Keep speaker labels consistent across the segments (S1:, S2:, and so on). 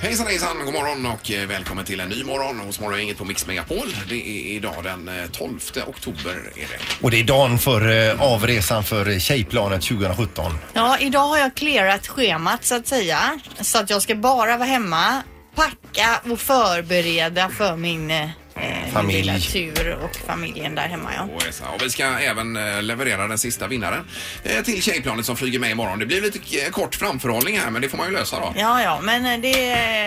S1: hejsan, god morgon och eh, välkommen till en ny morgon hos Morgongänget på Mix Megapol. Det är idag den eh, 12 oktober är det.
S2: Och det är dagen för eh, avresan för eh, tjejplanet 2017.
S3: Ja, idag har jag clearat schemat så att säga. Så att jag ska bara vara hemma, packa och förbereda för min eh,
S2: Familj.
S3: Familj. lilla tur och familjen där hemma. Ja.
S1: Och, resa. och vi ska även eh, leverera den sista vinnaren eh, till tjejplanet som flyger med imorgon. Det blir lite eh, kort framförhållning här men det får man ju lösa då.
S3: Ja, ja, men eh, det,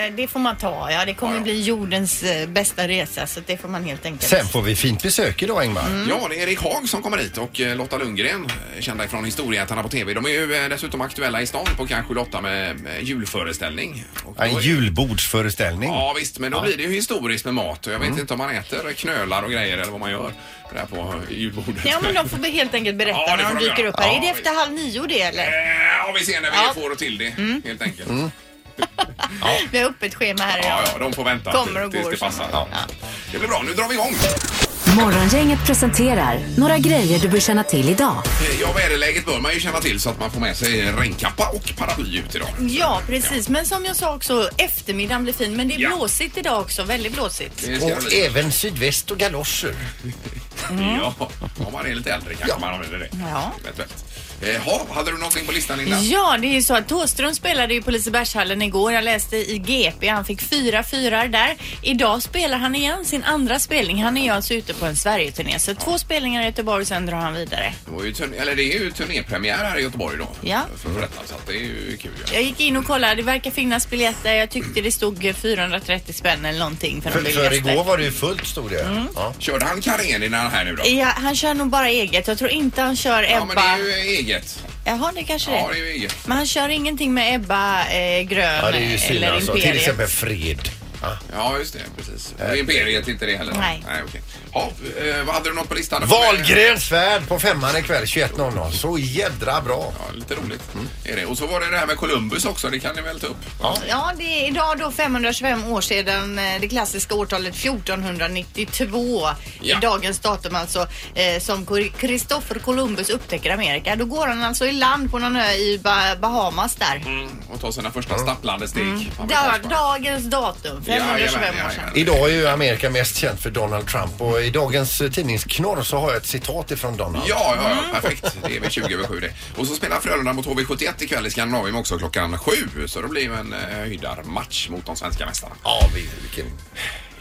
S3: det får man ta. Ja. Det kommer
S1: Ja, ja.
S3: bli jordens eh, bästa resa så det får man helt enkelt.
S2: Sen får vi fint besök idag Ingmar.
S4: Mm.
S1: Ja, det är Erik Haag som kommer hit och eh, Lotta Lundgren, eh, kända från Historieätarna på TV. De är ju eh, dessutom aktuella i stan på kanske 8 med med julföreställning. Och då
S2: En
S1: är-
S2: julbordsföreställning.
S1: Ja visst, men då blir det ju historiskt med mat. Och Jag
S3: Mm.
S1: vet inte om man äter knölar och grejer eller vad man gör där på julbordet.
S3: Ja, men de får be- helt enkelt berätta
S1: Ja, det
S3: när
S1: får
S3: de
S1: de
S3: dyker
S1: göra.
S3: upp här.
S1: Ja,
S3: är det
S1: visst.
S3: efter halv nio det eller?
S1: Eh, Ja, vi ser när vi
S3: Ja. Mm.
S1: får till det helt enkelt.
S3: Vi har öppet schema här idag.
S1: Ja, ja, de får vänta
S3: Kommer och
S1: tills
S3: går
S1: det
S3: så.
S1: passar.
S2: Ja.
S1: Det blir bra, nu drar vi igång.
S5: Morgongänget presenterar några grejer du bör känna till idag.
S1: Eh, Ja, väderläget bör man ju känna till så att man får med sig regnkappa och paraply ut idag.
S3: Ja, precis. Men som jag sa också, eftermiddagen blir fin. Men det är
S1: Ja.
S3: blåsigt idag också. Väldigt blåsigt.
S1: Det ska det
S2: Och
S1: bli.
S2: även sydväst och galoscher.
S1: Ja, om man är lite äldre kanske man använder det.
S3: Ja.
S1: Eventuellt. Eh, ha, hade du någonting på listan Linda?
S3: Ja, det är ju så att Thåström spelade ju på Lisebergshallen igår. Jag läste i GP. Han fick fyra fyrar där. Idag spelar han igen sin andra spelning. Han är ju alltså ute på en Sverigeturné. Så två spelningar i Göteborg och sen drar han vidare.
S1: Det, var ju turn- eller det är ju turnépremiär här i Göteborg då.
S3: Ja.
S1: För att berätta, så att det är ju kul. Ja.
S3: Jag gick in och kollade. Det verkar finnas biljetter. Jag tyckte det stod 430 spänn eller någonting för,
S2: För,
S3: de
S2: för
S3: biljetterna.
S2: igår var det ju fullt stod det. Ja.
S1: Körde han Karenina här nu då?
S3: Ja, han kör nog bara eget. Jag tror inte han kör
S1: Ja,
S3: Ebba.
S1: men det är ju eget.
S3: Jaha, det kanske
S1: Ja,
S3: det
S1: det är ju eget.
S3: Men han kör ingenting med Ebba eh, Grön
S2: ja, det är ju synd
S3: eller
S2: alltså. Till
S3: Imperiet.
S2: exempel Fred. Ja.
S1: Ja, just det. Precis.
S2: Äh,
S1: Och Imperiet inte det heller? då?
S3: Nej.
S1: Nej okej. Ja, eh, vad hade du något på listan?
S2: Wahlgrens värld på femman ikväll 21.00. Så jädra bra.
S1: Ja, lite roligt. Mm. Är det. Och så var det det här med Columbus också. Det kan ni väl ta upp?
S3: Ja, det är idag då 525 år sedan eh, det klassiska årtalet 1492.
S1: Ja.
S3: I dagens datum alltså, eh, som Cor- Christopher Columbus upptäcker Amerika. Då går han alltså i land på någon ö i ba Bahamas där.
S1: Mm. Och ta sina första stapplande steg.
S3: Mm.
S1: Fan, vad
S3: Da
S1: kanske man-
S3: dagens datum, 525
S1: Jajamän,
S3: år sedan.
S1: jajamän.
S2: Idag är ju Amerika mest känt för Donald Trump och i dagens eh, tidningsknorr så har jag ett citat ifrån Donald.
S1: Ja, ja,
S3: Mm.
S1: ja, perfekt. Det är väl 20 över 7 det. Och så spelar Frölunda mot HV71 ikväll i Skandinavien också klockan 7. Så det blir ju en eh, höjdarmatch mot de svenska mästarna.
S2: Ja, vilken...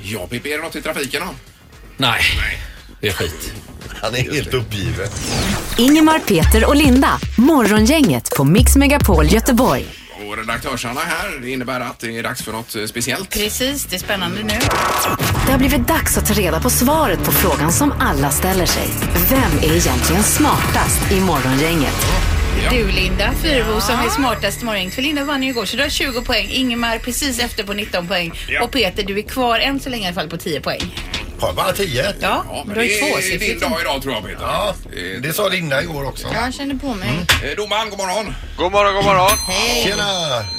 S1: Ja, Pippi, är det något i trafiken då?
S6: Nej, det är skit.
S2: Han är helt uppgiven.
S5: Ingemar, Peter och Linda. Morgongänget på Mix Megapol Göteborg.
S1: Och redaktörsarna här, det innebär att det är dags för något eh, speciellt.
S3: Precis, det är spännande nu.
S5: Det har blivit dags att ta reda på svaret på frågan som alla ställer sig. Vem är egentligen smartast i morgongänget?
S4: Du Linda Fyrebo som är smartast i morgon. För Linda vann ju igår så du har 20 poäng. Ingemar precis efter på 19 poäng.
S1: Ja.
S4: Och Peter du är kvar än så länge i alla fall på 10 poäng.
S2: Har bara tio.
S4: Ja,
S1: Ja, men
S4: du har ju
S1: det är din
S4: tvåsiffrigt.
S1: dag idag tror jag Peter.
S2: Ja,
S1: Eh,
S2: det sa Linda igår också.
S4: Jag känner på mig.
S1: Eh, Domaren, god morgon.
S7: God morgon, god morgon.
S2: Tjena!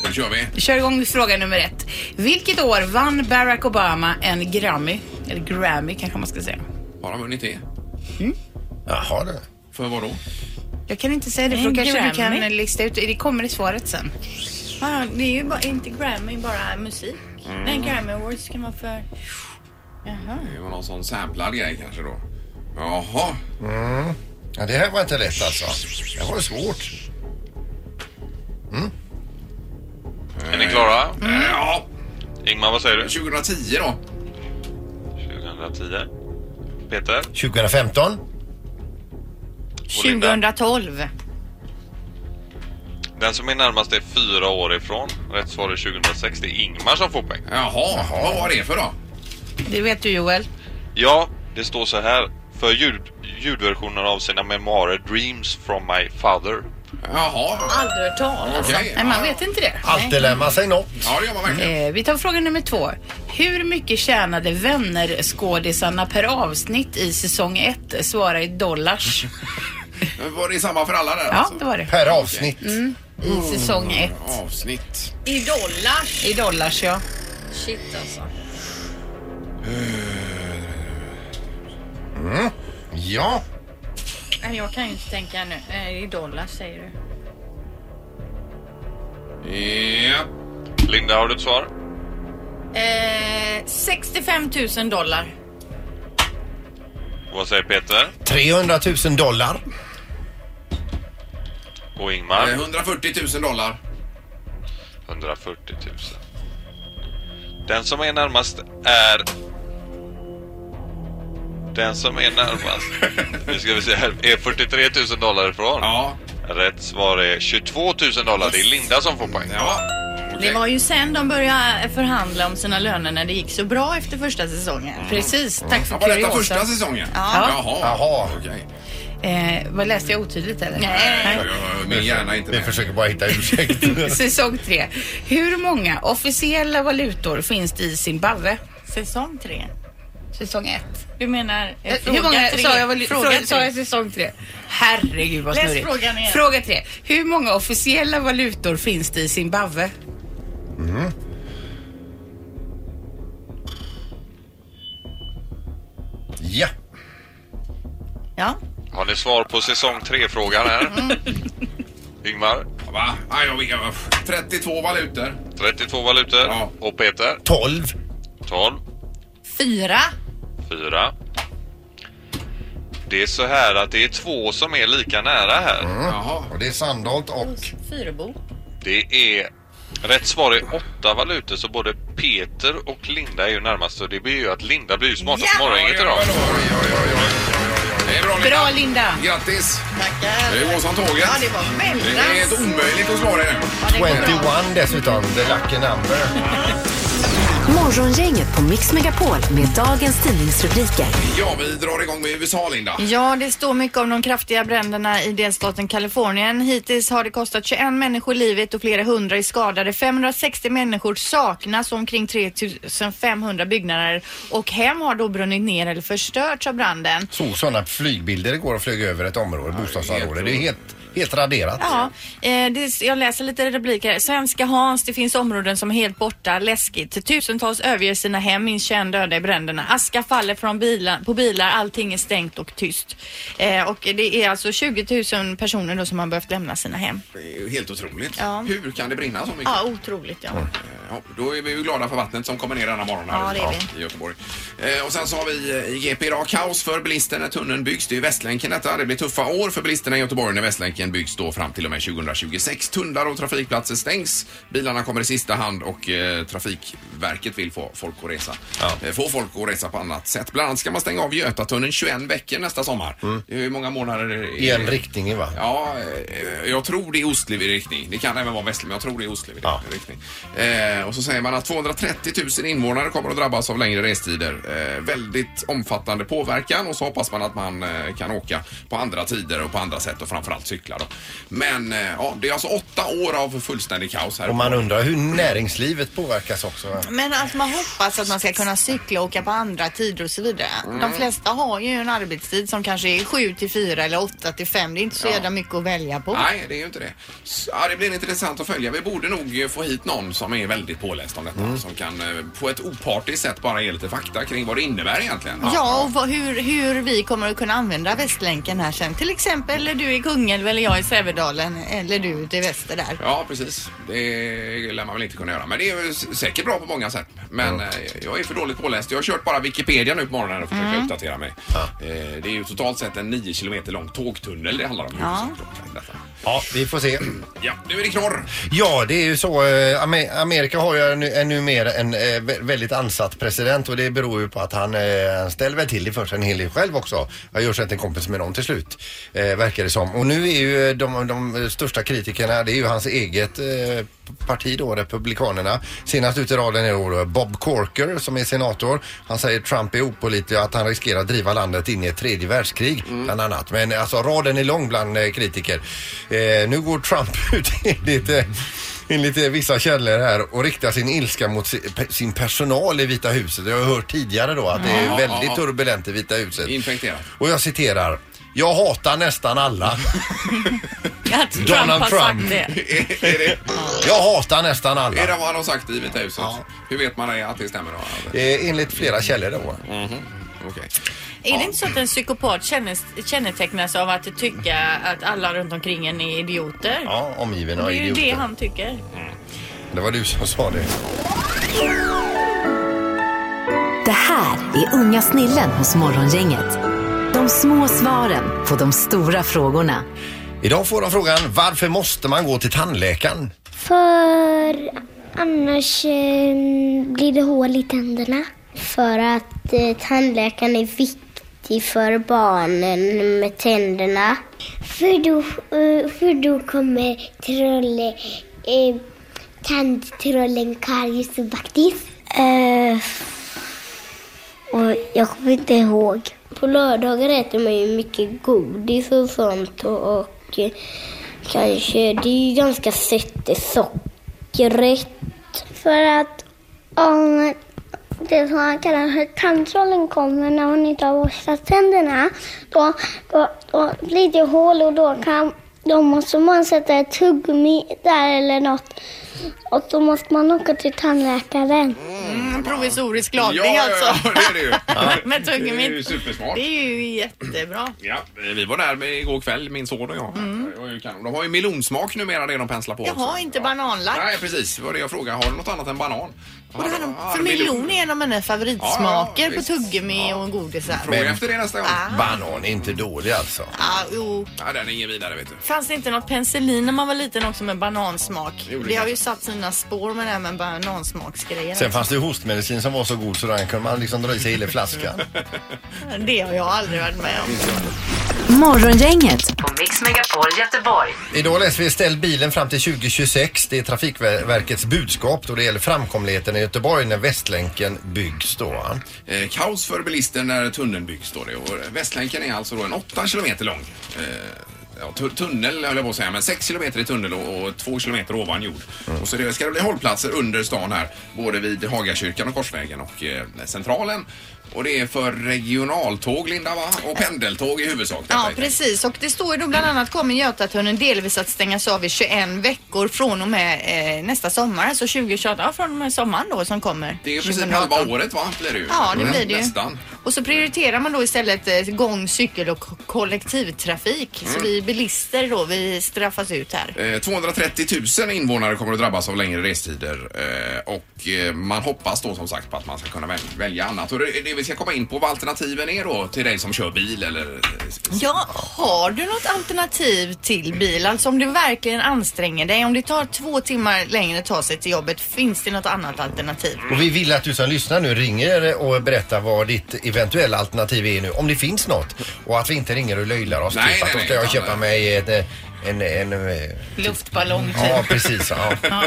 S1: Nu kör vi.
S4: Vi kör igång med fråga nummer ett. Vilket år vann Barack Obama en Grammy? Eller Grammy kanske man ska säga.
S1: Har han vunnit det?
S2: Mm. Jaha du.
S1: För vad då?
S4: Jag kan inte säga det för
S3: En
S4: då kanske du
S3: Grammy?
S4: kan lista ut. Det kommer i svaret sen.
S3: Ja, det är ju bara, inte Grammy, bara musik.
S1: Mm.
S3: Nej, Grammy Awards kan vara för...
S1: Det var någon sån samplad grej kanske då. Jaha.
S2: Mm. Ja, det här var inte lätt alltså. Det var svårt.
S7: Är ni klara?
S1: Ja,
S7: Ingmar, vad säger du?
S1: 2010 Mm. då.
S7: 2010. Peter?
S2: 2015?
S7: Och Linda?
S3: 2012.
S7: Den som är närmast är fyra år ifrån. Rätt svar är 2006. Det är Ingmar som får poäng.
S1: Jaha, vad var det för då?
S4: Det vet du Joel.
S7: Ja, det står så här. För ljud, ljudversioner av sina memoarer Dreams from my father.
S1: Jaha,
S4: Aldrig hört talas om.
S1: Okej.
S4: Nej, man vet inte det.
S2: Alltid lär man sig något.
S1: ja det gör man verkligen.
S4: Eh, vi tar fråga nummer två. Hur mycket tjänade vänner-skådisarna per avsnitt i säsong ett? Svara i dollars.
S1: Var det samma för alla där alltså?
S4: Ja, det
S1: Mm,
S4: var det.
S2: Per avsnitt.
S4: I säsong ett.
S1: Avsnitt.
S3: I dollar.
S4: I dollars, ja.
S3: Shit alltså.
S2: Mm. Ja.
S3: Nej, jag kan ju inte tänka nu. Eh, I dollar säger du.
S1: Ja.
S7: Linda, har du ett svar?
S3: Eh, 65 000 dollar.
S7: Vad säger Peter
S2: 300 000 dollar.
S7: och
S1: Eh,
S7: Ingmar?
S1: 140 000 dollar.
S7: 140 000. Den som är närmast är... Den som är närmast nu ska vi se här, är 43 000 dollar ifrån.
S1: Ja.
S7: Rätt svar är 22 000 dollar. Det är Linda som får poäng.
S1: ja. okej.
S3: Det var ju sen de började eh, förhandla om sina löner när det gick så bra efter första säsongen.
S4: Precis, tack för
S1: Mm. Ja, Var detta
S4: kuriosa.
S1: första säsongen?
S4: Ja.
S1: Jaha.
S2: Jaha.
S1: Okej.
S4: Eh, vad läste jag otydligt eller?
S1: Jag- jag- Min hjärna är inte
S2: Vi
S1: med.
S2: försöker bara hitta ursäkt.
S4: Säsong tre. Hur många officiella valutor finns det i Zimbabwe?
S3: Säsong tre.
S4: Säsong ett.
S3: Du menar eh,
S4: Eh,
S3: fråga
S4: Hur många
S3: tre?
S4: sa jag, valu-
S3: fråga
S4: fråga,
S3: tre.
S4: sa jag säsong tre? Herregud vad
S3: Läs
S4: snurrigt.
S3: frågan igen.
S4: Fråga tre. Hur många officiella valutor finns det i Zimbabwe?
S1: Mm.
S2: Mm. ja.
S3: Ja.
S7: Har ni svar på säsong 3-frågan här? Ingmar,
S1: Va? Mm. Ja, jag vet. jag- 32 valutor.
S7: 32 valutor.
S1: Ja.
S7: Och Peter,
S2: 12.
S7: 12.
S3: Fyra.
S7: 4. Det är så här att det är två som är lika nära här.
S2: Mm.
S1: Jaha.
S2: Och det är Sandholt och...
S3: Fyrebo.
S7: Det är... Rätt svar är åtta valutor så både Peter och Linda är ju närmast och det blir ju att Linda blir ju smartast på morgonen idag.
S1: Oj, oj, oj, oj, oj, oj. Det är bra, Linda.
S4: Bra Linda!
S1: Grattis!
S3: Tackar.
S1: Det går som tåget.
S3: Ja, det var väldigt
S1: Det är helt omöjligt att slå det.
S3: Ja, det går bra.
S2: 21 dessutom. The lucky number.
S5: Morgongänget på Mix Megapol med dagens tidningsrubriker.
S1: Ja, vi drar igång med USA, Linda.
S3: Ja, det står mycket om de kraftiga bränderna i delstaten Kalifornien. Hittills har det kostat 21 människor livet och flera hundra är skadade. 560 människor saknas och omkring 3500 byggnader och hem har då brunnit ner eller förstörts av branden.
S2: Såg sådana flygbilder igår och flög över ett område, bostadsområde. Det är helt, helt raderat.
S3: Ja, eh, det, jag läser lite rubriker. Svenska Hans, det finns områden som är helt borta, läskigt. Tusentals överger sina hem, minst 21 döda i bränderna. Aska faller från bilar, på bilar, allting är stängt och tyst. Eh, och det är alltså 20 000 personer då som har behövt lämna sina hem.
S1: Det är ju helt otroligt.
S3: Ja.
S1: Hur kan det brinna så mycket?
S3: Ja, otroligt ja.
S1: Ja, då är vi ju glada för vattnet som kommer ner denna morgon här
S3: Ja, det är
S1: i Göteborg. Eh, och sen så har vi eh, i GP idag kaos för bilister när tunneln byggs. Det är ju Västlänken detta. Det blir tuffa år för bilisterna i Göteborg när Västlänken byggs då fram till och med 2026. Tunnlar och trafikplatser stängs. Bilarna kommer i sista hand och eh, Trafikverket vill få folk att resa. Eh, få folk att resa på annat sätt. Bland annat ska man stänga av Götatunneln 21 veckor nästa sommar. Det är ju många månader
S2: Mm. I en riktning va?
S1: Ja, eh, jag tror det är Ostliv i riktning. Det kan även vara Västliv, men jag tror det är Ostliv i
S2: Ja.
S1: riktning. Eh, och så säger man att 230 000 invånare kommer att drabbas av längre restider. Eh, väldigt omfattande påverkan och så hoppas man att man eh, kan åka på andra tider och på andra sätt och framförallt cykla då. Men eh, ja, det är alltså åtta år av fullständig kaos här.
S2: Och man undrar hur näringslivet påverkas också. va?
S3: Men att man hoppas att man ska kunna cykla och åka på andra tider och så vidare.
S1: Mm.
S3: De flesta har ju en arbetstid som kanske är 7 till 4 eller 8 till 5. Det är inte så jävla mycket att välja på.
S1: Nej, det är ju inte det. Så, ja, det blir intressant att följa. Vi borde nog eh, få hit någon som är väldigt påläst om detta.
S2: Mm.
S1: Som kan eh, på ett opartiskt sätt bara ge lite fakta kring vad det innebär egentligen.
S3: Ja, och vad, hur, hur vi kommer att kunna använda Västlänken här sen. Till exempel är du i Kungälv eller jag i Sävedalen eller du ute i väster där.
S1: Ja, precis. Det lär man väl inte kunna göra. Men det är ju s- säkert bra på många sätt. Men eh, jag är för dåligt påläst. Jag har kört bara Wikipedia nu på morgonen och
S2: Mm.
S1: försökt uppdatera mig. Eh, Det är ju totalt sett en 9 kilometer lång tågtunnel det handlar om. i huvudsak då, detta.
S2: Ja, vi får se.
S1: Ja, nu är det knorr.
S2: Ja, det är ju så. eh, Amer- Amerika har ju en, en numera en eh, vä- väldigt ansatt president och det beror ju på att han eh, ställer väl till det för sig en hel del själv också. Jag gör sig inte en kompis med någon till slut, eh, verkar det som. Och nu är ju eh, de, de största kritikerna, det är ju hans eget eh, parti då, Republikanerna. Senast ut i raden är då Bob Corker som är senator. Han säger Trump är opålitlig och att han riskerar att driva landet in i ett tredje världskrig
S1: Mm.
S2: bland annat. Men alltså raden är lång bland eh, kritiker. Eh, nu går Trump ut enligt eh, enligt eh, vissa källor här och riktar sin ilska mot si- pe- sin personal i Vita huset. Jag har hört tidigare då att det är
S1: Ja,
S2: väldigt
S1: ja.
S2: turbulent i Vita huset.
S1: Infekterat.
S2: Och jag citerar. Jag hatar nästan alla.
S3: Att Trump
S2: Donald
S3: har
S2: Trump.
S3: sagt det.
S1: Är- är, det,
S2: Jag hatar nästan alla.
S1: är det vad han har sagt i Vita huset?
S2: Ja.
S1: Hur vet man det, att det stämmer? Då? Mhm. Okej.
S2: Eh, Enligt flera källor då.
S3: Är det inte så att en psykopat kännes- kännetecknas av att tycka att alla runt omkring en är idioter?
S2: Ja, omgiven
S3: Det
S2: av
S1: Mm,
S2: Mm.
S3: är ju det
S2: idioter.
S3: han tycker.
S2: Det var du som sa det.
S5: Det här är Unga snillen hos Morgongänget. De små svaren på de stora frågorna.
S2: Idag får de frågan varför måste man gå till tandläkaren?
S8: För annars eh, blir det hål i tänderna. För att eh, tandläkaren är viktig för barnen med tänderna. För då, eh, för då kommer trolle, eh, tandtrollen Karius och Baktis. Eh, och jag kommer inte ihåg. På lördagar äter man ju mycket godis och sånt och, och eh, kanske, det är ju ganska sött i sockret.
S9: För att om det som han kallar för tandtrollen kommer när hon inte har borstat tänderna, då, då, då blir det hål och då, kan, då måste man sätta ett tuggummi där eller något. Och då måste man åka till tandläkaren.
S3: Mm, provisorisk
S1: Ja,
S3: lagning
S1: ja,
S3: alltså.
S1: ja, det är det ju.
S3: Med
S1: Det är ju
S3: tuggummi.
S1: supersmart.
S3: Det är ju jättebra.
S1: Ja, eh, vi var där med igår kväll, min son och jag.
S2: Mm.
S1: Det var ju kanon. De har ju melonsmak numera, det de penslar på
S3: Jaha,
S1: också.
S3: inte bananlack.
S1: Nej, precis. Det var det jag frågade. Har du något annat än banan?
S3: Och det här, de-
S1: Ja,
S3: för melon är en av mina favoritsmaker på
S1: Ja, ja, visst.
S3: tuggummi
S1: Ja.
S3: och godisar.
S1: Fråga efter det nästa gång.
S2: Ah. Banan är inte dålig alltså.
S3: Ja, Ah, jo.
S1: Ja, den är ingen vidare, vet du.
S3: Fanns det inte något penicillin när man var liten också med banansmak?
S1: Jo, det
S3: Det har
S1: kanske.
S3: ju satt sina spår med det här med banansmaksgrejen.
S2: Sen fanns det ju hostmedicin som var så god så den kunde man liksom dra i sig hela flaskan.
S3: Det har jag aldrig varit med om.
S5: Morgongänget på Mix Megapol Göteborg.
S2: Idag läser vi Ställ bilen fram till 2026. Det är Trafikverkets budskap då det gäller framkomligheten i Göteborg när Västlänken byggs då.
S1: Eh, kaos för bilister när tunneln byggs, står det. Och Västlänken är alltså då en 8 kilometer lång. Eh, Ja, tu- tunnel höll jag på att säga, men 6 kilometer i tunnel och, och 2 kilometer ovan jord. Och så det ska det bli hållplatser under stan här, både vid Hagakyrkan och Korsvägen och eh, Centralen. Och det är för regionaltåg, Linda, va? Och pendeltåg i huvudsak.
S3: Ja,
S1: detta är-
S3: precis. Och det står ju då bland annat kommer Götatunneln delvis att stängas av i 21 veckor från och med eh, nästa sommar, alltså 2028. Ja, från och med sommaren då som kommer.
S1: Det är ju i princip
S3: 2018.
S1: halva året, va? Blir det ju.
S3: Ja, det blir det ju.
S1: Nästan.
S3: Och så prioriterar man då istället eh, gång, cykel och k- kollektivtrafik.
S1: Mm.
S3: Så vi bilister då, vi straffas ut här.
S1: Eh, 230 000 invånare kommer att drabbas av längre restider eh, och eh, man hoppas då som sagt på att man ska kunna väl, välja annat. Och det, det vi ska komma in på vad alternativen är då till dig som kör bil eller... eh,
S3: Ja, har du något alternativ till bil? Alltså om du verkligen anstränger dig, om det tar två timmar längre att ta sig till jobbet, finns det något annat alternativ?
S2: Och vi vill att du som lyssnar nu ringer och berättar vad ditt eventuella alternativ är nu, om det finns något. Och att vi inte ringer och löjlar oss.
S1: Nej,
S2: typ att
S1: nej,
S2: då
S1: nej,
S2: ska jag
S1: utan-
S2: köpa mig en... en, en, en
S4: Luftballong typ.
S2: ja, precis. Ja.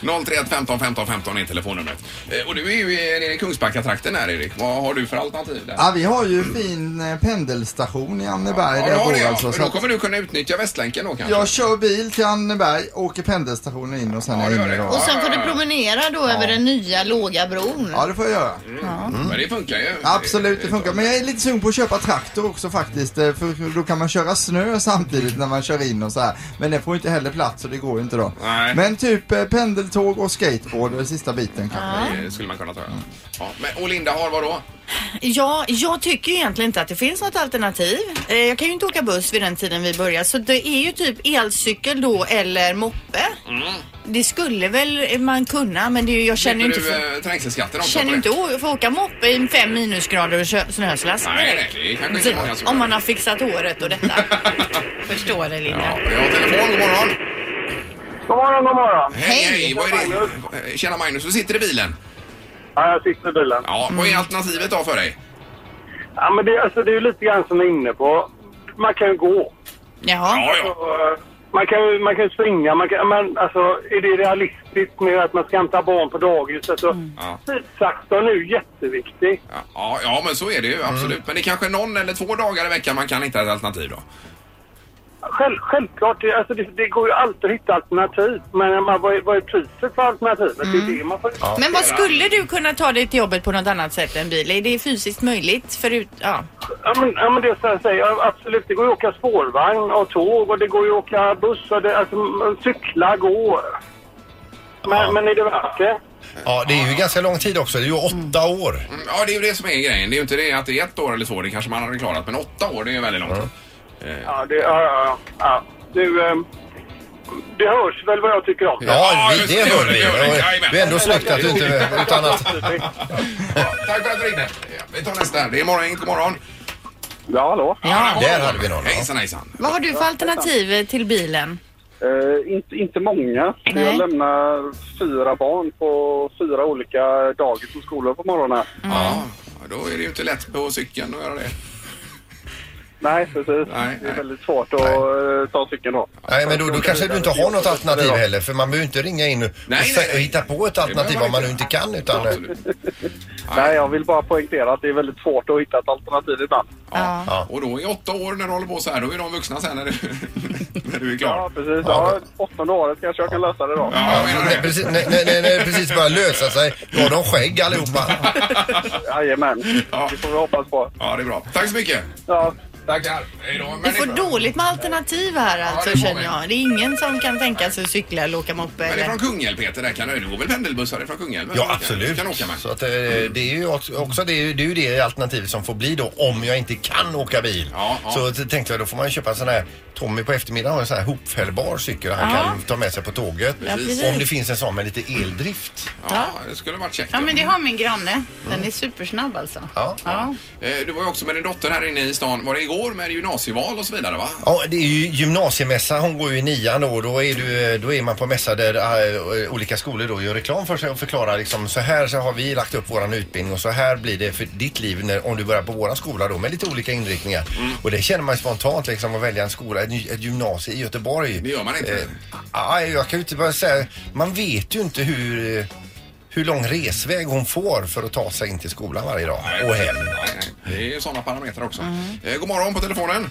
S1: 031 15 15 15 är telefonnumret. Eh, och du är ju i- nere i Kungsbackatrakten här Erik. Vad har du för alternativ där?
S10: Ja, vi har ju en fin eh, pendelstation i Anneberg där
S1: du
S10: jag
S1: har det,
S10: bor
S1: ja.
S10: alltså.
S1: Men
S10: Så
S1: då
S10: att
S1: kommer du kunna utnyttja Västlänken då kanske?
S10: jag kör bil till Anneberg, åker pendelstationen in och sen är jag
S1: det gör
S10: inne
S1: det.
S3: Och
S10: då.
S3: sen får du promenera då över den nya låga bron.
S10: Ja, det får jag göra.
S1: Mm.
S10: Mm.
S1: Men det funkar ju.
S10: Absolut, det
S1: Eh,
S10: funkar. Men jag är lite sugen på att köpa traktor också faktiskt. eh, För då kan man köra snö samtidigt när man kör in och så här. Men det får ju inte heller plats så det går ju inte då.
S1: Nej.
S10: Men typ eh, pendeltåg och skateboard, den sista biten kanske.
S1: eh, Skulle man kunna ta. ja. Ja, men, och Linda har vad då?
S3: Ja, jag tycker ju egentligen inte att det finns något alternativ. Eh, Jag kan ju inte åka buss vid den tiden vi börjar så det är ju typ elcykel då eller moppe.
S1: Mm.
S3: Det skulle väl man kunna men det är ju, jag känner ju inte
S1: du
S3: för...
S1: eh, trängselskatten också?
S3: Känner
S1: på
S3: ju
S1: det?
S3: inte o- för att åka moppe i fem minusgrader och kö- snöslas.
S1: Nej, nej, det är kanske inte många som
S3: Alltså, Om
S1: gör
S3: man har fixat håret och detta. Förstår det Linda.
S1: Ja, vi har telefon. God morgon!
S11: God morgon, god morgon.
S1: Hej! hej. Vad är det? Eh, Tjena Magnus, du sitter i bilen.
S11: Ja, jag sitter i bilen.
S1: Ja, Vad är alternativet då för dig?
S11: Ja, men det, alltså, det är ju lite grann som ni är inne på. Man kan ju gå.
S3: Jaha.
S1: Ja, ja.
S11: Så, eh, Man kan ju man kan ju springa. Man kan, men alltså, är det realistiskt nu att man ska hämta barn på dagis? Alltså,
S3: Mm.
S1: Ja.
S11: Tidsfaktorn är ju jätteviktig.
S1: Ja, ja, men så är det ju
S2: Mm.
S1: absolut. Men det är kanske någon eller två dagar i veckan man kan hitta ett alternativ då.
S11: Själv, självklart, det, alltså, det, det går ju alltid att hitta alternativ. Men jag menar, vad, är, vad är priset för alternativet? Det är det man får...
S3: Mm. Men vad skulle du kunna ta dig till jobbet på något annat sätt än bil? Är det fysiskt möjligt? Förut, ja.
S11: Ja, men, ja, men det är så jag säger. Ja, Absolut, det går ju att åka spårvagn och tåg och det går ju att åka buss. Och det, alltså, m- cykla, gå. Men,
S2: Ja.
S11: men är det värt det?
S2: ja, det är ju ganska lång tid också. Det är ju åtta år.
S1: Mm, Ja, det är ju det som är grejen. Det är ju inte det att det är ett år eller två, det kanske man hade
S2: Mm.
S1: klarat. Men åtta år, det är ju väldigt långt.
S11: Ja, det... Ja, ja, ja. ja. Du, ehm, det hörs väl vad jag tycker om det?
S2: Ja, vi- det hör vi.
S1: jajamän.
S2: Det är ändå snyggt att du inte... Utan att...
S1: Tack för att du ringde. Ja, Vi tar nästa. Det är morgon, god morgon.
S11: Ja, hallå.
S1: Ja,
S2: där hade vi någon.
S1: Hejsan, hejsan.
S3: Vad har du för alternativ eh, till bilen?
S11: Eh, inte, inte många. Jag
S3: Nej.
S11: lämnar fyra barn på fyra olika dagis och skolor på morgonen.
S2: Mm.
S1: Ja, då är det ju inte lätt på cykeln att göra det.
S11: Nej, precis. det är väldigt svårt att eh, ta cykeln då.
S2: Nej, men då,
S1: Alltså,
S2: då kanske du inte har något alternativ heller för man behöver inte ringa in och, och, sä- och hitta på ett alternativ om man nu inte kan utan... eh,
S11: Nej, jag vill bara poängtera att det är väldigt svårt att hitta ett alternativ ibland.
S2: Ja.
S1: Och då i åtta år när du håller på så här, då är de vuxna sen när du, när du är klar.
S11: Ja, precis. Ja, åttonde året kanske jag kan lösa det då.
S2: Nej, precis, nej, nej, nej, nej, precis bara lösa sig. Då har de skägg allihopa.
S11: Jajamän. Det får vi hoppas på.
S1: Ja, det är bra. Tack så mycket.
S11: Ja.
S1: Tackar. Hej då.
S3: Vi
S1: Men,
S3: får dåligt med alternativ här alltså
S1: det får
S3: känner
S1: vi.
S3: jag. Det är ingen som kan tänka sig att cykla eller åka moppe
S1: men det är
S3: eller...
S1: från Kungälv, Peter. Där kan du, det går väl pendelbussar ifrån Kungälv?
S2: Ja, absolut.
S1: Kan åka med.
S2: Så att, eh, det är ju också- också det, är ju- det, är ju det alternativet som får bli då om jag inte kan åka bil.
S1: ja.
S2: Så t- tänkte jag då får man köpa en sån här Tommy på eftermiddagen har en sån här hopfällbar cykel han
S3: Ja.
S2: kan ta med sig på tåget.
S3: Ja, precis.
S2: om det finns en sån med lite eldrift.
S1: Ja, det skulle varit käckt.
S4: Ja, men det har min granne. Den är supersnabb alltså.
S2: Ja.
S4: Ja.
S1: Eh, Du var ju också med din dotter här inne i stan. Var det igår med gymnasieval och så vidare va?
S2: Ja, det är ju gymnasiemässa. Hon går ju i nian då. Då är, du, eh, då är man på mässa där eh, olika skolor då gör reklam för sig och förklarar liksom så här så har vi lagt upp våran utbildning och så här blir det för ditt liv när, om du börjar på våran skola då med lite olika inriktningar.
S1: Mm.
S2: Och det känner man ju spontant liksom att välja en skola, ett, ett gymnasium i Göteborg. Det
S1: gör man inte.
S2: Nej, jag kan ju inte bara säga, man vet ju inte hur eh, hur lång resväg hon får för att ta sig in till skolan varje dag och hem.
S1: Nej, nej. Det är ju sådana parametrar också.
S3: Mm.
S1: Eh, God morgon på telefonen.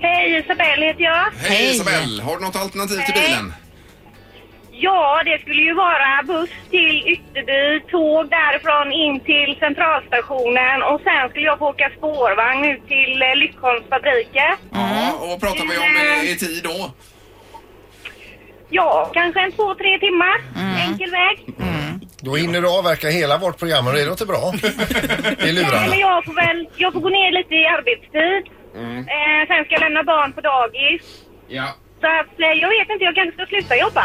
S12: Hej, Isabelle heter jag.
S1: Hej, Isabel. Har du något alternativ till
S12: Hej.
S1: bilen?
S12: Ja, det skulle ju vara buss till Ytterby, tåg därifrån in till centralstationen och sen skulle jag få åka spårvagn ut till eh, Lyckholms fabriker. Mm.
S1: Ja, och vad pratar vi om i, i tid då?
S12: Ja, kanske en två, tre timmar.
S3: Mm.
S12: Enkel väg.
S2: Mm. Då hinner du avverka hela vårt program och det låter bra. Det är lurarna.
S12: Eller jag får väl, jag får gå ner lite i arbetstid. Eh, sen ska jag lämna barn på dagis.
S1: Ja.
S12: Så att, eh, jag vet inte, jag kanske ska sluta jobba.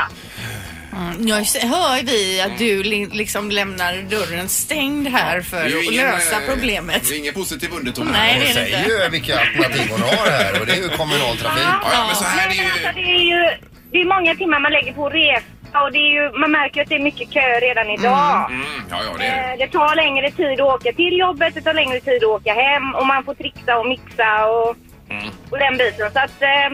S3: Mm, nu hör vi att du li- liksom lämnar dörren stängd här
S1: Det
S3: för
S1: är ju
S3: att
S1: ingen,
S3: lösa
S1: eh,
S3: problemet.
S1: Det är ingen positiv underton
S3: Nej,
S1: här.
S3: det är det
S2: säger ju vilka alternativ hon har här och det är ju kommunal trafik.
S1: Ja, ja, men så här är det ju.
S12: Alltså, det är ju det är många timmar man lägger på resa och det är ju, man märker att det är mycket kö redan idag.
S1: Mm, ja, ja, det är det.
S12: Eh, Det tar längre tid att åka till jobbet, det tar längre tid att åka hem och man får trixa och mixa och,
S3: Mm.
S12: och den biten. Så att, eh,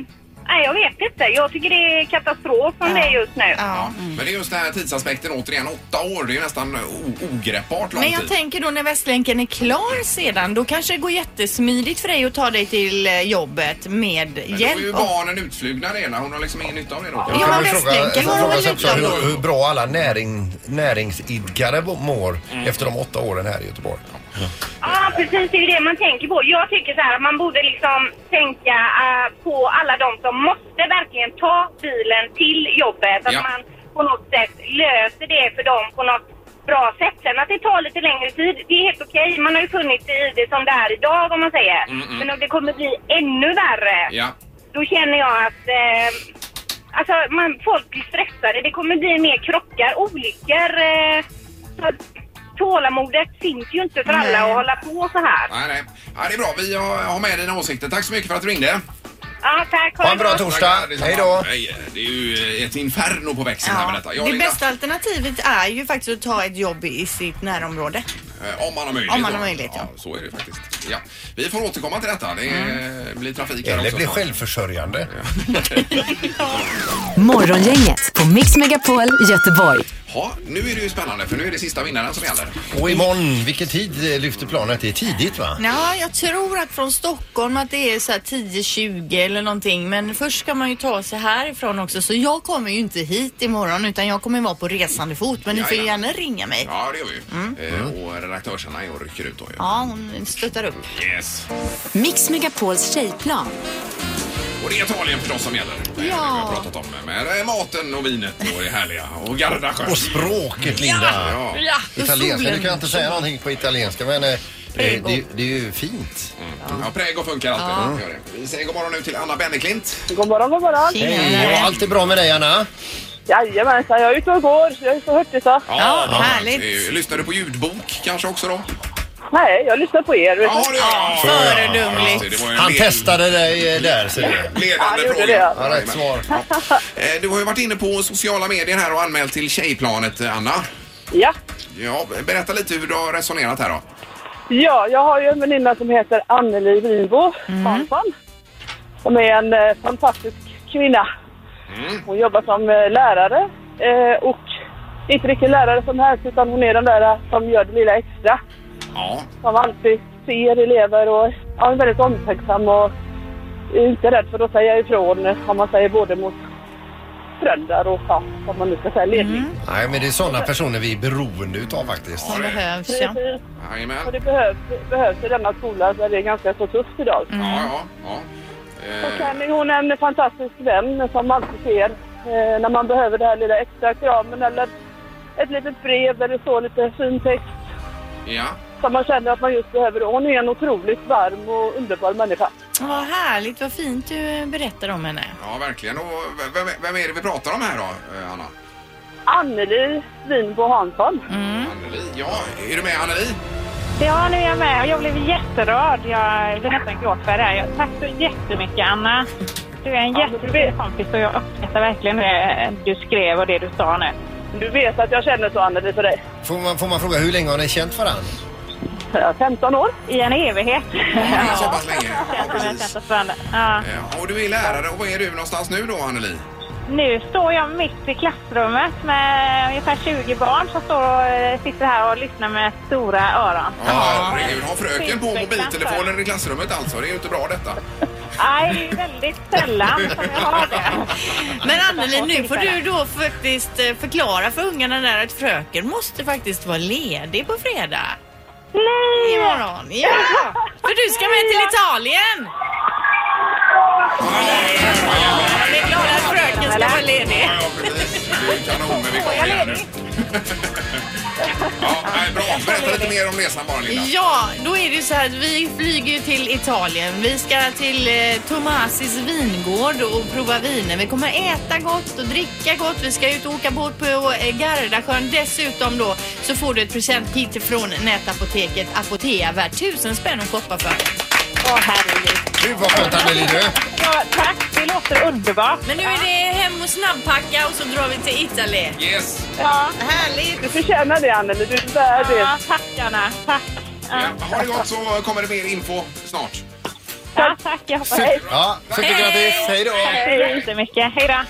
S12: nej jag vet inte. Jag tycker det är katastrof som det är just nu.
S1: Men det är just den här tidsaspekten återigen. Åtta år, det är ju nästan o- ogreppbart lång
S3: Men jag
S1: tid.
S3: tänker då när Västlänken är klar sedan, då kanske det går jättesmidigt för dig att ta dig till eh, jobbet med
S1: Men då är
S3: hjälp.
S1: ju barnen utflugna redan. Hon har liksom ingen nytta av det då.
S2: Då kan
S3: men
S2: man ju fråga,
S3: Västlänken var
S2: fråga
S3: väl
S2: sig också
S3: utan då?
S2: hur, hur bra alla näring, näringsidkare mår
S3: Mm.
S2: efter de åtta åren här i Göteborg.
S12: Ja, precis. Det är ju det man tänker på. Jag tycker så här, man borde liksom tänka eh, på alla de som måste verkligen ta bilen till jobbet. Att
S13: Ja.
S12: man på något sätt löser det för dem på något bra sätt. Sen att det tar lite längre tid, det är helt okej. Man har ju funnit sig i det som det är idag om man säger.
S1: Mm, mm.
S12: Men om det kommer bli ännu värre,
S1: Ja.
S12: då känner jag att eh, alltså, man, folk blir stressade. Det kommer bli mer krockar, olyckor. Eh, så att tålamodet finns ju inte för alla att hålla på så här.
S1: Nej, nej. Ja, det är bra. Vi har har med dina åsikter. Tack så mycket för att du ringde.
S12: Ja, tack.
S2: Ha en bra torsdag.
S1: Tackar, detsamma.
S2: Hej då.
S1: Nej, Det är ju eh, ett inferno på växeln här med detta.
S3: det
S1: Jag vill inte-
S3: bästa alternativet är ju faktiskt att ta ett jobb i sitt närområde.
S1: Eh, Om man har möjlighet.
S3: Om man har
S1: då.
S3: möjlighet, ja.
S1: Så är det faktiskt. Ja. Vi får återkomma till detta. Det eh, blir trafik här
S2: Mm. Eller
S1: också.
S2: bli självförsörjande.
S5: Morgongänget på Mix Megapol Göteborg.
S1: Ja, nu är det ju spännande för nu är det sista vinnaren som gäller.
S2: Och imorgon, vilken tid eh, lyfter planet? Det är tidigt va?
S3: Ja, jag tror att från Stockholm att det är så här 10-20 eller någonting. Men först ska man ju ta sig härifrån också. Så jag kommer ju inte hit imorgon utan jag kommer vara på resande fot. Men ni får ju gärna ringa mig.
S1: Ja, det gör vi ju.
S2: Mm.
S1: Eh, Och redaktörsarna jag rycker ut då ju.
S3: Ja, hon stöttar upp.
S1: Yes.
S5: Mix Megapols tjejplan.
S1: Och det är Italien förstås som gäller. Ja. Det har vi pratat om. Men eh, maten och vinet och det härliga. Och Gardasjön.
S2: Och språket Linda!
S1: Ja.
S3: Ja,
S2: Italienska,
S3: solen-
S2: du kan inte säga någonting på italienska men eh, eh, det, det är ju fint.
S1: Mm. Ja, präg och funkar alltid. Gör det. Vi säger god morgon nu till Anna Benneklint.
S13: God morgon, god morgon.
S1: Hej, allt är bra med dig Anna?
S13: Jajamensan, jag är ute och går. så Jag är så hurtig så.
S1: Lyssnar du på ljudbok kanske också då?
S13: Nej, jag lyssnar på er.
S1: Ja, det Föredömligt. Ja, det var ju en
S2: Han
S1: del-
S2: testade dig eh, där ser du.
S1: Ledande
S13: gjorde
S1: fråga.
S13: det.
S2: Ja, rätt svar.
S1: Ja. Eh, Du har ju varit inne på sociala medier här och anmält till Tjejplanet, eh, Anna.
S13: Ja.
S1: Ja, berätta lite hur du har resonerat här då.
S13: Ja, jag har ju en väninna som heter Anneli Winbo,
S1: Mm.
S13: Farfan. Som är en eh, fantastisk kvinna.
S1: Mm.
S13: Hon jobbar som eh, lärare eh, och inte vilken lärare som helst utan hon är den där eh, som gör det lilla extra.
S1: Ja.
S13: Som alltid ser elever och ja, är väldigt omtänksam och är inte rädd för att säga ifrån eh, om man säger både mot föräldrar och ja, vad man nu ska säga, ledning.
S2: Nej, men det är sådana personer vi är beroende utav faktiskt.
S13: Mm, Som behövs, ja.
S1: Jajamän.
S13: Och det behövs, behövs i denna skola där det är ganska så tufft idag.
S1: Ja, ja. Eh.
S13: Och Kenny, hon är en fantastisk vän som alltid ser eh, när man behöver det här lilla extra kramen eller ett litet brev där det står lite fin text
S1: Ja.
S13: som man känner att man just behöver. Och Hon är en otroligt varm och underbar människa.
S3: Vad härligt, vad fint du berättar om henne.
S1: Ja, verkligen. Och vem, vem är det vi pratar om här då, eh, Anna?
S13: Anneli Winbo Hansson.
S1: Anneli. Ja, är du med Anneli?
S14: Ja, nu är jag med. Jag blev jätterörd. Jag blev nästan gråtfärdig. Jag- Tack så jättemycket, Anna. Du är en jättefin kompis och jag uppskattar verkligen det du skrev och det du sa nu.
S13: Du vet att jag känner så, Anneli, för dig.
S2: Får man, får man fråga hur länge har ni känt varandra?
S13: 15 år.
S14: I en evighet.
S1: Ja, så pass länge. Ja,
S14: Vi har
S1: precis.
S14: känt oss varandra. Ja.
S1: Ja, och du är lärare och var är du någonstans nu då, Anneli?
S14: Nu står jag mitt i klassrummet med ungefär 20 barn som står och eh, sitter här och lyssnar med stora öron.
S1: Ja, herregud. Har fröken på mobiltelefonen i klassrummet alltså? Det är ju inte bra detta.
S14: Nej, det är väldigt sällan som jag har det.
S3: Men Anneli, nu får du då faktiskt eh, förklara för ungarna där att fröken måste faktiskt vara ledig på fredag.
S14: Nej!
S3: Imorgon. Ja! För du ska med till Italien! Ja, vi är glada att fröken ska vara ledig.
S1: Det är ju kanon, men vi kommer igen nu. Ja, nej, bra. Berätta lite mer om resan bara, Linda.
S3: Ja, då är det ju så här att vi flyger ju till Italien. Vi ska till eh, Tomasis vingård och prova viner. Vi kommer äta gott och dricka gott. Vi ska ut och åka båt på eh, Gardasjön. Dessutom då så får du ett presentkit från nätapoteket Apotea värt tusen spänn och shoppa för.
S14: Åh herregud.
S2: Gud vad skönt Anneli du.
S14: Ja, tack, det låter underbart.
S3: Men nu är det hem och snabbpacka och så drar vi till Italien.
S1: Yes!
S14: Ja.
S3: Härligt!
S13: Du förtjänar det, Anneli. Du är värd det.
S14: Ja, tack Anna. Tack.
S1: Ja, ha det gott så kommer det mer info snart.
S14: Ja, tack. Jag hoppas... Hej.
S2: Ja, supergrattis. Hej då.
S14: Tack så jättemycket. Hej då.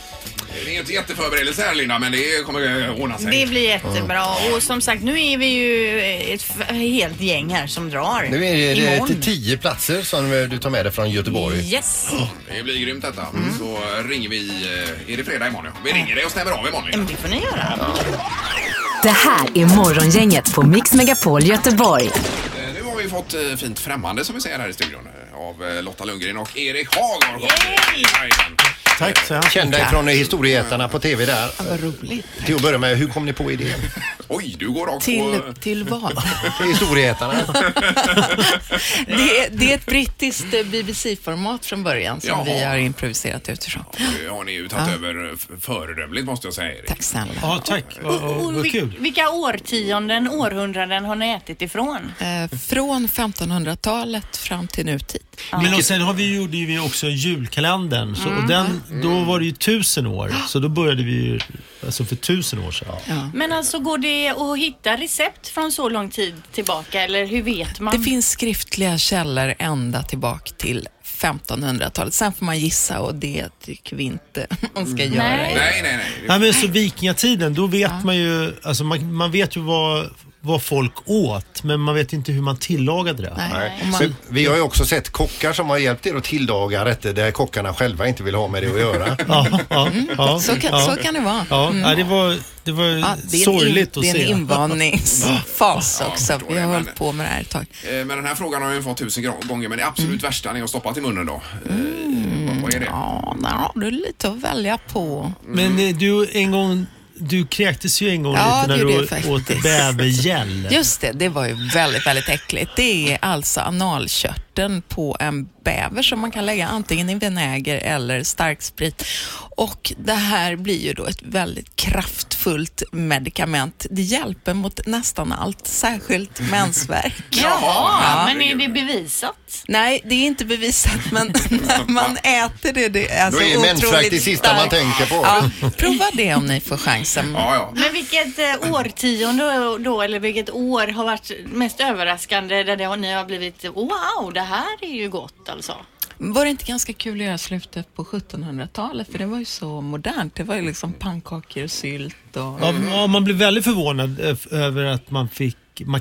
S1: Det är ju inte jätteförberedelse här, Linda, men det kommer eh, ordna sig.
S3: Det blir jättebra och som sagt nu är vi ju ett f- helt gäng här som drar.
S2: Nu är det
S3: Imorgon.
S2: till tio platser som eh, du tar med dig från Göteborg.
S3: Yes!
S1: Det blir grymt detta. Så ringer vi... eh, Är det fredag imorgon? Ja? Vi ringer dig och stämmer av imorgon. Linda.
S3: Det får ni göra.
S5: Det här är Morgongänget på Mix Megapol Göteborg.
S1: Eh, Nu har vi fått eh, fint främmande som vi ser här i studion eh, av eh, Lotta Lundgren och Erik Haag har kommit. Jajamän.
S2: Tack så Känn dig från Historieätarna på TV där.
S15: Vad roligt.
S2: Till att börja med, hur kom ni på idén?
S1: Oj, du går rakt
S15: Till,
S1: på...
S15: till vad?
S2: Historieätarna.
S15: Det är, det är ett brittiskt eh, BBC-format från början som
S1: Ja.
S15: vi har improviserat utifrån.
S1: Nu har ni ju tagit över eh, f- föredömligt måste jag säga Erik. Eh,
S15: Tack snälla.
S16: Ja, tack. Vad vad kul.
S3: Vilka årtionden, århundraden har ni ätit ifrån?
S15: Eh, Från 1500-talet fram till nutid.
S16: Men och sen har vi, gjorde ju vi också julkalendern. Så,
S15: Mm.
S16: och den, då var det ju tusen år. Så då började vi ju alltså för tusen år sedan.
S3: Men alltså går det att hitta recept från så lång tid tillbaka eller hur vet man?
S15: Det finns skriftliga källor ända tillbaka till 1500-talet. Sen får man gissa och det tycker vi inte man
S3: Mm.
S15: ska göra.
S1: Nej, nej, nej.
S16: Ja, men så vikingatiden, då vet man ju, alltså man, man vet ju vad, vad folk åt, men man vet inte hur man tillagade det.
S2: Nej. Så Vi har ju också sett kockar som har hjälpt er att tillaga rätter där kockarna själva inte vill ha med det att göra. Mm.
S16: Ja, ja, ja,
S15: Så kan-
S16: ja.
S15: så kan det vara.
S16: Ja,
S15: Mm.
S16: ja, det var, det var
S15: Ja, det är en
S16: sorgligt
S15: in-
S16: att se.
S15: Det är en invandringsfas
S1: Ja,
S15: också.
S1: förstår
S15: Vi har
S1: det,
S15: hållit på med det här ett tag.
S1: Eh, Men den här frågan har jag ju fått tusen gra- gånger men det absolut
S15: Mm.
S1: värsta ni har stoppat i munnen då. Eh, Vad, vad är det?
S15: Ja, där har du lite att välja på. Mm.
S16: Men eh, du, en gång du kräktes ju en gång
S15: Ja, det
S16: lite när
S15: gjorde
S16: du
S15: jag faktiskt.
S16: åt bävergäll.
S15: Just det, det var ju väldigt, väldigt äckligt. Det är alltså analkörteln på en bäver som man kan lägga antingen i vinäger eller starksprit. Och det här blir ju då ett väldigt kraftfullt medicament. Det hjälper mot nästan allt, särskilt mensvärk.
S3: Jaha,
S15: Ja.
S3: men är det bevisat?
S15: Nej, det är inte bevisat, men när man äter det, det är alltså
S2: Då är mensvärk
S15: otroligt
S2: det sista man
S15: starkt.
S2: tänker på.
S15: Ja, prova det om ni får chansen.
S3: Men vilket eh, årtionde då, eller vilket år har varit mest överraskande där det, ni har blivit wow, det här är ju gott alltså?
S15: Var det inte ganska kul att göra slutet på 1700-talet? För det var ju så modernt. Det var ju liksom pannkakor och sylt och...
S16: Ja, ja, man blev väldigt förvånad eh, f- över att man fick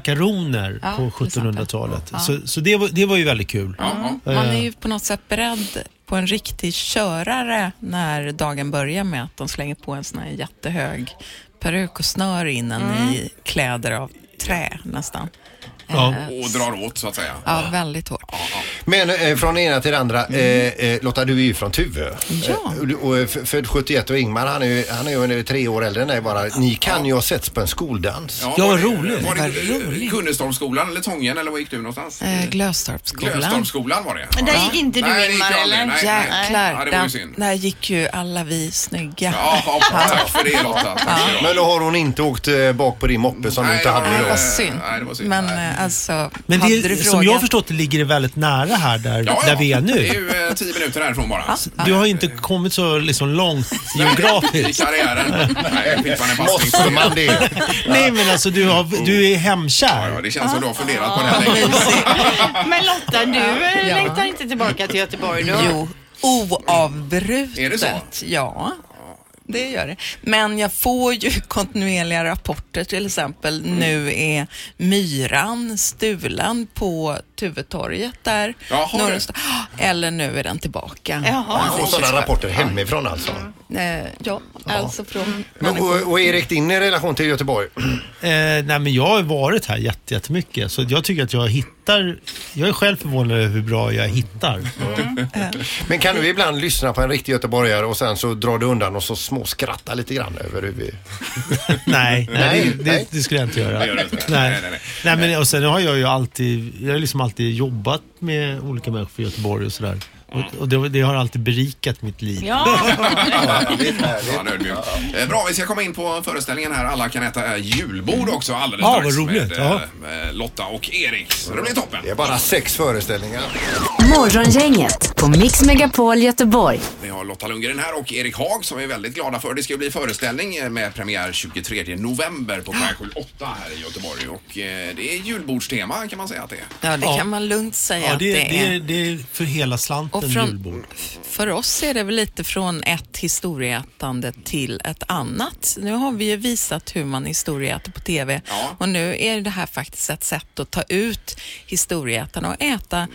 S16: makaroner
S15: Ja,
S16: på
S15: till exempel.
S16: 1700-talet.
S15: Ja.
S16: Så, så det, var, det var ju väldigt kul.
S15: Mm.
S16: Eh,
S15: Man är ju på något sätt beredd på en riktig körare när dagen börjar med att de slänger på en sån här jättehög peruk och snör in en i kläder av trä nästan. Eh,
S1: Och drar åt så att säga.
S15: Ja, väldigt hårt.
S2: Men eh, från det ena till det andra.
S1: Mm.
S2: Eh, eh, Lotta, du är ju från Tuve. Eh, och du- och, eh, f- född 71 och Ingmar han är ju han är ju en- tre år äldre än dig bara. Ni kan ju ha setts på en skoldans.
S1: var det- Var det, Kunnestormsskolan eller Tången eller var gick du någonstans?
S15: Eh, Glöstorpsskolan.
S1: Glöstorpsskolan var det.
S3: Men där gick inte du,
S1: Nej, det gick
S3: Ingmar,
S1: jag aldrig.
S3: eller?
S1: Nej, nej. Ja,
S15: Jäklar,
S1: det var ju
S15: där,
S1: synd.
S15: där gick ju alla vi snygga.
S1: Ja, tack för det Lotta. Tack för det.
S2: Men då har hon inte åkt eh, bak på din moppe som du inte hade
S15: Nej,
S2: då.
S15: det
S1: Eh,
S15: var synd. Men eh, alltså,
S16: Men
S15: hade
S16: det,
S15: du
S16: är-
S15: frågat...
S16: som jag har förstått det ligger det väldigt nära här där, där vi är nu.
S1: Det är ju eh, tio minuter härifrån bara.
S16: Du har inte kommit så liksom långt
S1: I
S16: geografiskt.
S1: karriären. Nej, Pippan är passning.
S16: Måste man
S2: det?
S16: Nej men alltså du, har, du är hemkär.
S1: Ja, det känns som du har funderat på det här länge.
S3: Men Lotta, du eh,
S15: Ja.
S3: längtar inte tillbaka till Göteborg då?
S15: Jo, oavbrutet.
S3: Är det så?
S15: Ja. Det gör det. Men jag får ju kontinuerliga rapporter till exempel.
S1: Mm.
S15: Nu är myran stulen på Tuvetorget där.
S2: Jaha,
S15: Norra
S2: du.
S15: sta- Eller nu är den tillbaka.
S2: Man får sådana rapporter hemifrån alltså.
S15: Eh, ja, alltså från...
S2: Men, och, och Erik, din relation till Göteborg?
S16: Eh, nej men jag har varit här jätte- jättemycket så jag tycker att jag hittar, jag är själv förvånad över hur bra jag hittar.
S2: Men kan du ibland lyssna på en riktig göteborgare och sen så drar du undan och så småskrattar lite grann över hur vi...
S16: Nej, nej,
S2: Nej,
S16: det,
S2: nej.
S16: Det, det skulle jag inte göra.
S2: Det gör du inte.
S16: Nej.
S2: Nej, nej, nej.
S16: Nej, men och sen har jag ju alltid, jag har liksom alltid jobbat med olika människor i Göteborg och sådär.
S2: Mm.
S16: Och, och det, det har alltid berikat mitt liv.
S1: Fan, ödmjuk. Eh, Bra, vi ska komma in på föreställningen här. Alla kan äta eh, julbord också alldeles
S16: Ja,
S1: strax.
S16: vad roligt.
S1: Med, eh, Lotta och Erik. Så det blir toppen.
S2: Det är bara sex föreställningar.
S5: Morgongänget på Mix Megapol Göteborg.
S1: Vi har Lotta Lundgren här och Erik Haag som vi är väldigt glada för. Det ska ju bli föreställning eh, med premiär 23 november på Skärskjul 8 här i Göteborg. Och eh, det är julbordstema kan man säga att det är.
S15: Ja, det
S16: Ja.
S15: kan man lugnt säga
S16: Ja,
S15: att
S16: det,
S15: det, är.
S16: det, är, det är för hela slanten
S15: Och från-
S16: julbord.
S15: För oss är det väl lite från ett historieätande till ett annat. Nu har vi ju visat hur man historieäter på TV och nu är det här faktiskt ett sätt att ta ut historieätarna och äta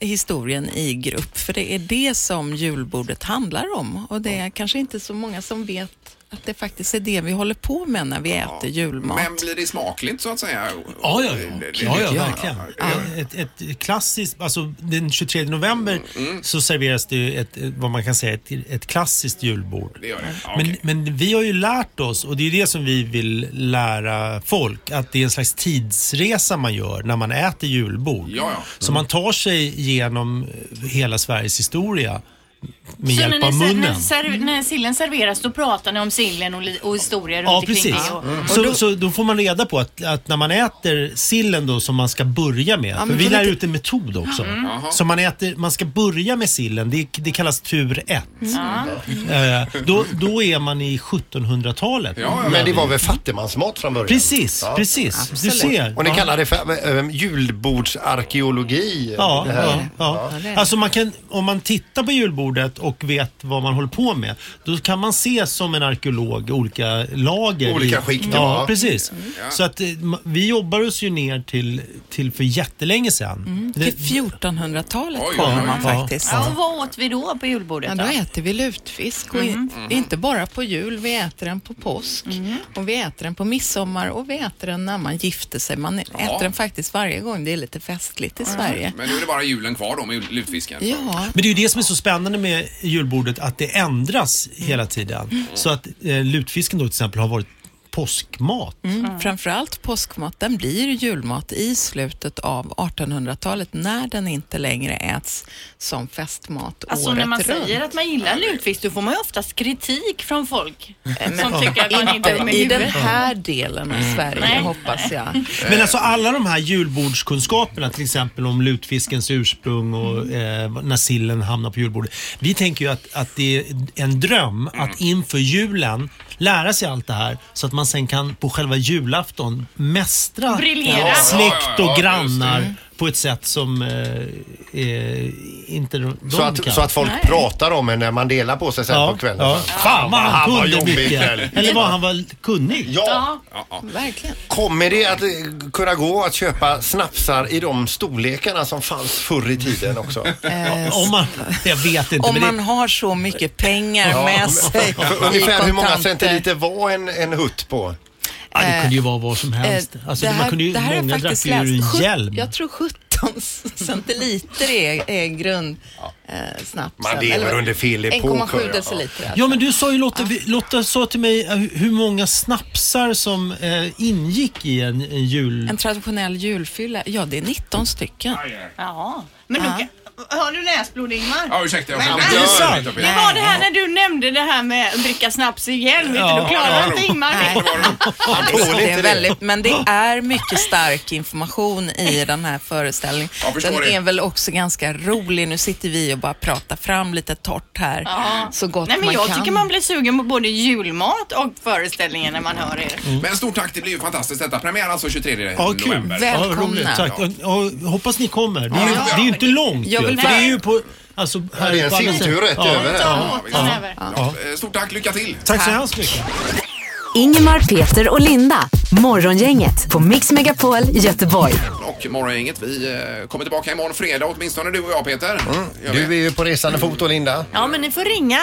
S15: historien i grupp. För det är det som julbordet handlar om och det är kanske inte så många som vet att det faktiskt är det vi håller på med när vi äter julmat.
S1: Men blir det smakligt så att säga?
S16: Ja, ja,
S1: Det-
S16: ja.
S1: det-
S16: ja, ja
S1: det-
S16: verkligen. Ett, ett klassiskt, alltså den 23 november
S2: Mm.
S16: så serveras det ju ett, vad man kan säga, ett, ett klassiskt julbord.
S1: Det gör det. Ja,
S16: Men,
S1: okej.
S16: men vi har ju lärt oss, och det är ju det som vi vill lära folk, att det är en slags tidsresa man gör när man äter julbord.
S1: Ja, ja.
S16: Så man tar sig genom hela Sveriges historia med
S3: Så
S16: hjälp av
S3: när, ni, ser- när,
S16: munnen.
S3: serv, när sillen serveras då pratar ni om sillen och, li, och historier runt
S16: Ja,
S3: omkring
S16: precis. Mm.
S3: det. Och,
S1: Mm.
S3: och
S16: Så,
S3: då,
S16: så då får man reda på att, att när man äter sillen då som man ska börja med. för
S15: men
S16: vi
S15: det är
S16: lär
S15: lite-
S16: ut en metod också.
S15: Mm. Jaha.
S16: Så man, äter, man ska börja med sillen, det, det kallas tur ett. Eh, då, då är man i 1700-talet.
S2: Men det var väl fattigmansmat från början?
S16: Precis, precis. Du ser.
S2: Och ni
S16: Ja.
S2: kallar det för eh, julbordsarkeologi?
S16: Ja,
S2: det här.
S16: ja, ja. Alltså man kan, om man tittar på julbordet och vet vad man håller på med, då kan man se som en arkeolog olika lager.
S2: Olika
S16: i-
S2: skikt,
S16: Ja,
S2: ja.
S16: precis. Så att eh, ma- vi jobbar oss ju ner till, till för jättelänge sedan.
S15: Till 1400-talet
S16: oj,
S15: kommer
S16: oj.
S15: man
S16: Ja.
S15: faktiskt.
S3: ja, och vad åt vi då på julbordet?
S15: Ja, då äter vi lutfisk. Och
S3: Mhm.
S15: i- Inte bara på jul, vi äter den på påsk
S3: Mm.
S15: och vi äter den på midsommar och vi äter den när man gifter sig. Man äter den faktiskt varje gång det är lite festligt i Sverige.
S1: Men nu är det bara julen kvar då med lutfisken.
S15: Ja.
S16: Men det är ju det som är så spännande med julbordet att det ändras hela tiden. Så att eh, lutfisken då till exempel har varit påskmat.
S15: Mm. Framförallt påskmat, den blir julmat i slutet av 1800-talet när den inte längre äts som festmat
S3: Alltså
S15: året
S3: när man
S15: runt.
S3: säger att man gillar lutfisk då får man ju oftast kritik från folk som
S15: Eh, Men
S3: tycker att man inte är dum
S15: inte
S3: i
S15: i den
S3: huvudet.
S15: här delen
S16: Mm.
S15: av Sverige
S3: Mm. Nej.
S15: hoppas jag.
S2: Eh.
S16: Men alltså alla de här julbordskunskaperna, till exempel om lutfiskens ursprung
S2: Mm.
S16: och eh, när sillen hamnar på julbordet. Vi tänker ju att, att det är en dröm att
S2: Mm.
S16: inför julen lära sig allt det här så att man sen kan på själva julafton mästra
S3: Briljera.
S16: släkt
S2: Ja, ja,
S16: och
S2: ja,
S16: grannar
S2: just
S16: på ett sätt som eh, eh, inte de
S2: Så att,
S16: kan.
S2: så att folk pratar om en när man delar på sig sen på kvällen.
S16: Ja. Fan vad han
S2: var
S16: kunde
S2: jobbig
S16: mycket.
S2: ikväll.
S16: Eller vad han var kunnig.
S2: Ja.
S15: Verkligen.
S2: Kommer det att eh, kunna gå att köpa snapsar i de storlekarna som fanns förr i tiden också?
S15: Eh,
S16: Om man, jag vet inte.
S15: Om
S16: men
S15: man har så mycket pengar
S2: Ja,
S15: med
S2: men-
S15: sig
S2: För
S15: i
S2: Ungefär hur många
S15: kontanter.
S2: centiliter var en, en hutt på?
S16: Ja, det kunde ju vara vad som helst.
S15: Eh,
S16: Alltså,
S15: det
S16: man
S15: här-
S16: kunde ju,
S15: det här har jag
S16: många drack
S15: faktiskt
S16: ju ur
S15: läst.
S16: en
S15: Sjut-
S16: hjälm.
S15: Jag tror 17 centiliter är, är grund eh, snabbt.
S2: Man lever under fel epok, hör
S15: 1,7
S2: jag.
S15: deciliter. Alltså.
S16: Ja men du sa ju Lotta, vi- Lotta sa till mig eh, hur många snapsar som eh, ingick i en, en jul...
S15: En traditionell julfylla, ja det är 19 stycken.
S3: Ja, men då, kan- har du näsblod Ingmar?
S1: Ja, ursäkta. Jag
S3: Nej,
S1: blev
S3: men-
S1: lite-
S16: det är sant.
S1: lite-
S3: Det var det här när du nämnde det här med att dricka snaps igen. Vet du,
S16: Ja.
S3: då klarade
S1: Ja,
S3: inte
S1: ja.
S3: Ingmar
S15: Nej.
S3: det.
S15: Det är-
S2: tål
S15: det
S2: inte
S15: är
S2: det.
S15: väldigt, men det är mycket stark information i den här föreställningen.
S1: Jag förstår
S15: Den
S1: det.
S15: är väl också ganska rolig. Nu sitter vi och bara pratar fram lite torrt här
S3: Ja.
S15: så gott
S3: Nej, men
S15: man
S3: jag
S15: kan.
S3: tycker man blir sugen på både julmat och föreställningen när man hör er.
S17: Mm.
S1: Men stort tack, det blir ju fantastiskt detta. Premiär alltså 23
S16: Ja, kul.
S1: november.
S16: Ja,
S15: Välkomna.
S16: roligt. Tack. Och, och, hoppas ni kommer. Det är, ju-
S1: Ja.
S16: det är ju inte långt
S15: Jag
S16: ju,
S15: vill
S16: för det
S15: bara-
S16: är ju på... Alltså, här
S2: det är en
S16: på andra
S2: singtur
S16: sidan.
S2: rätt över det.
S1: Ja, visst.
S3: Ja. över.
S1: Ja, eh, Stort tack, lycka till!
S16: Tack så hemskt mycket.
S5: Ingemar, Peter och Linda. Morgongänget på Mix Megapol Göteborg.
S1: Och morgongänget, vi eh, kommer tillbaka imorgon fredag åtminstone du och jag Peter. Gör vi.
S2: Mm. Du är ju på resande fot då Linda.
S3: Ja, men ni får ringa.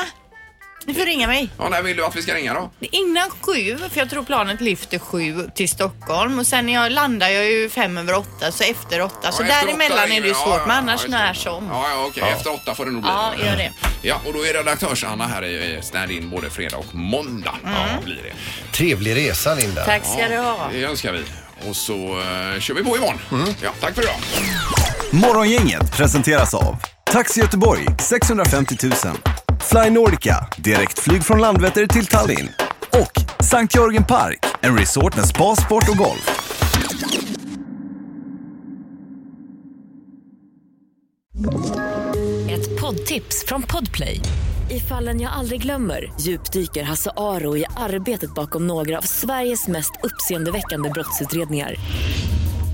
S3: Ni får ringa mig.
S1: Ja, när vill du att vi ska ringa då?
S3: Det är Innan sju, för jag tror planet lyfter sju till Stockholm och sen när jag landar jag ju fem över åtta, så efter åtta. Så
S1: Ja, efter
S3: däremellan
S1: åtta
S3: är det ju
S1: ringer-
S3: svårt,
S1: ja,
S3: men
S1: ja,
S3: annars
S1: just det.
S3: när som.
S1: Ja, ja okej. Efter åtta får det nog bli.
S3: Ja, gör det.
S1: Ja, och då är redaktörs-Anna här i eh, stand-in både fredag och måndag. Ja, blir det.
S2: Trevlig Mm. resa Linda.
S3: Tack ska du ha.
S1: Det önskar vi. Och så eh, kör vi på imorgon.
S2: Mm.
S1: Ja, tack för idag.
S18: Morgongänget presenteras av Taxi Göteborg 650 000 Fly Nordica, direktflyg från Landvetter till Tallinn och Sankt Jörgen Park, en resort med spa, sport och golf.
S19: Ett poddtips från Podplay. I fallen jag aldrig glömmer djupdyker Hasse Aro i arbetet bakom några av Sveriges mest uppseendeväckande brottsutredningar.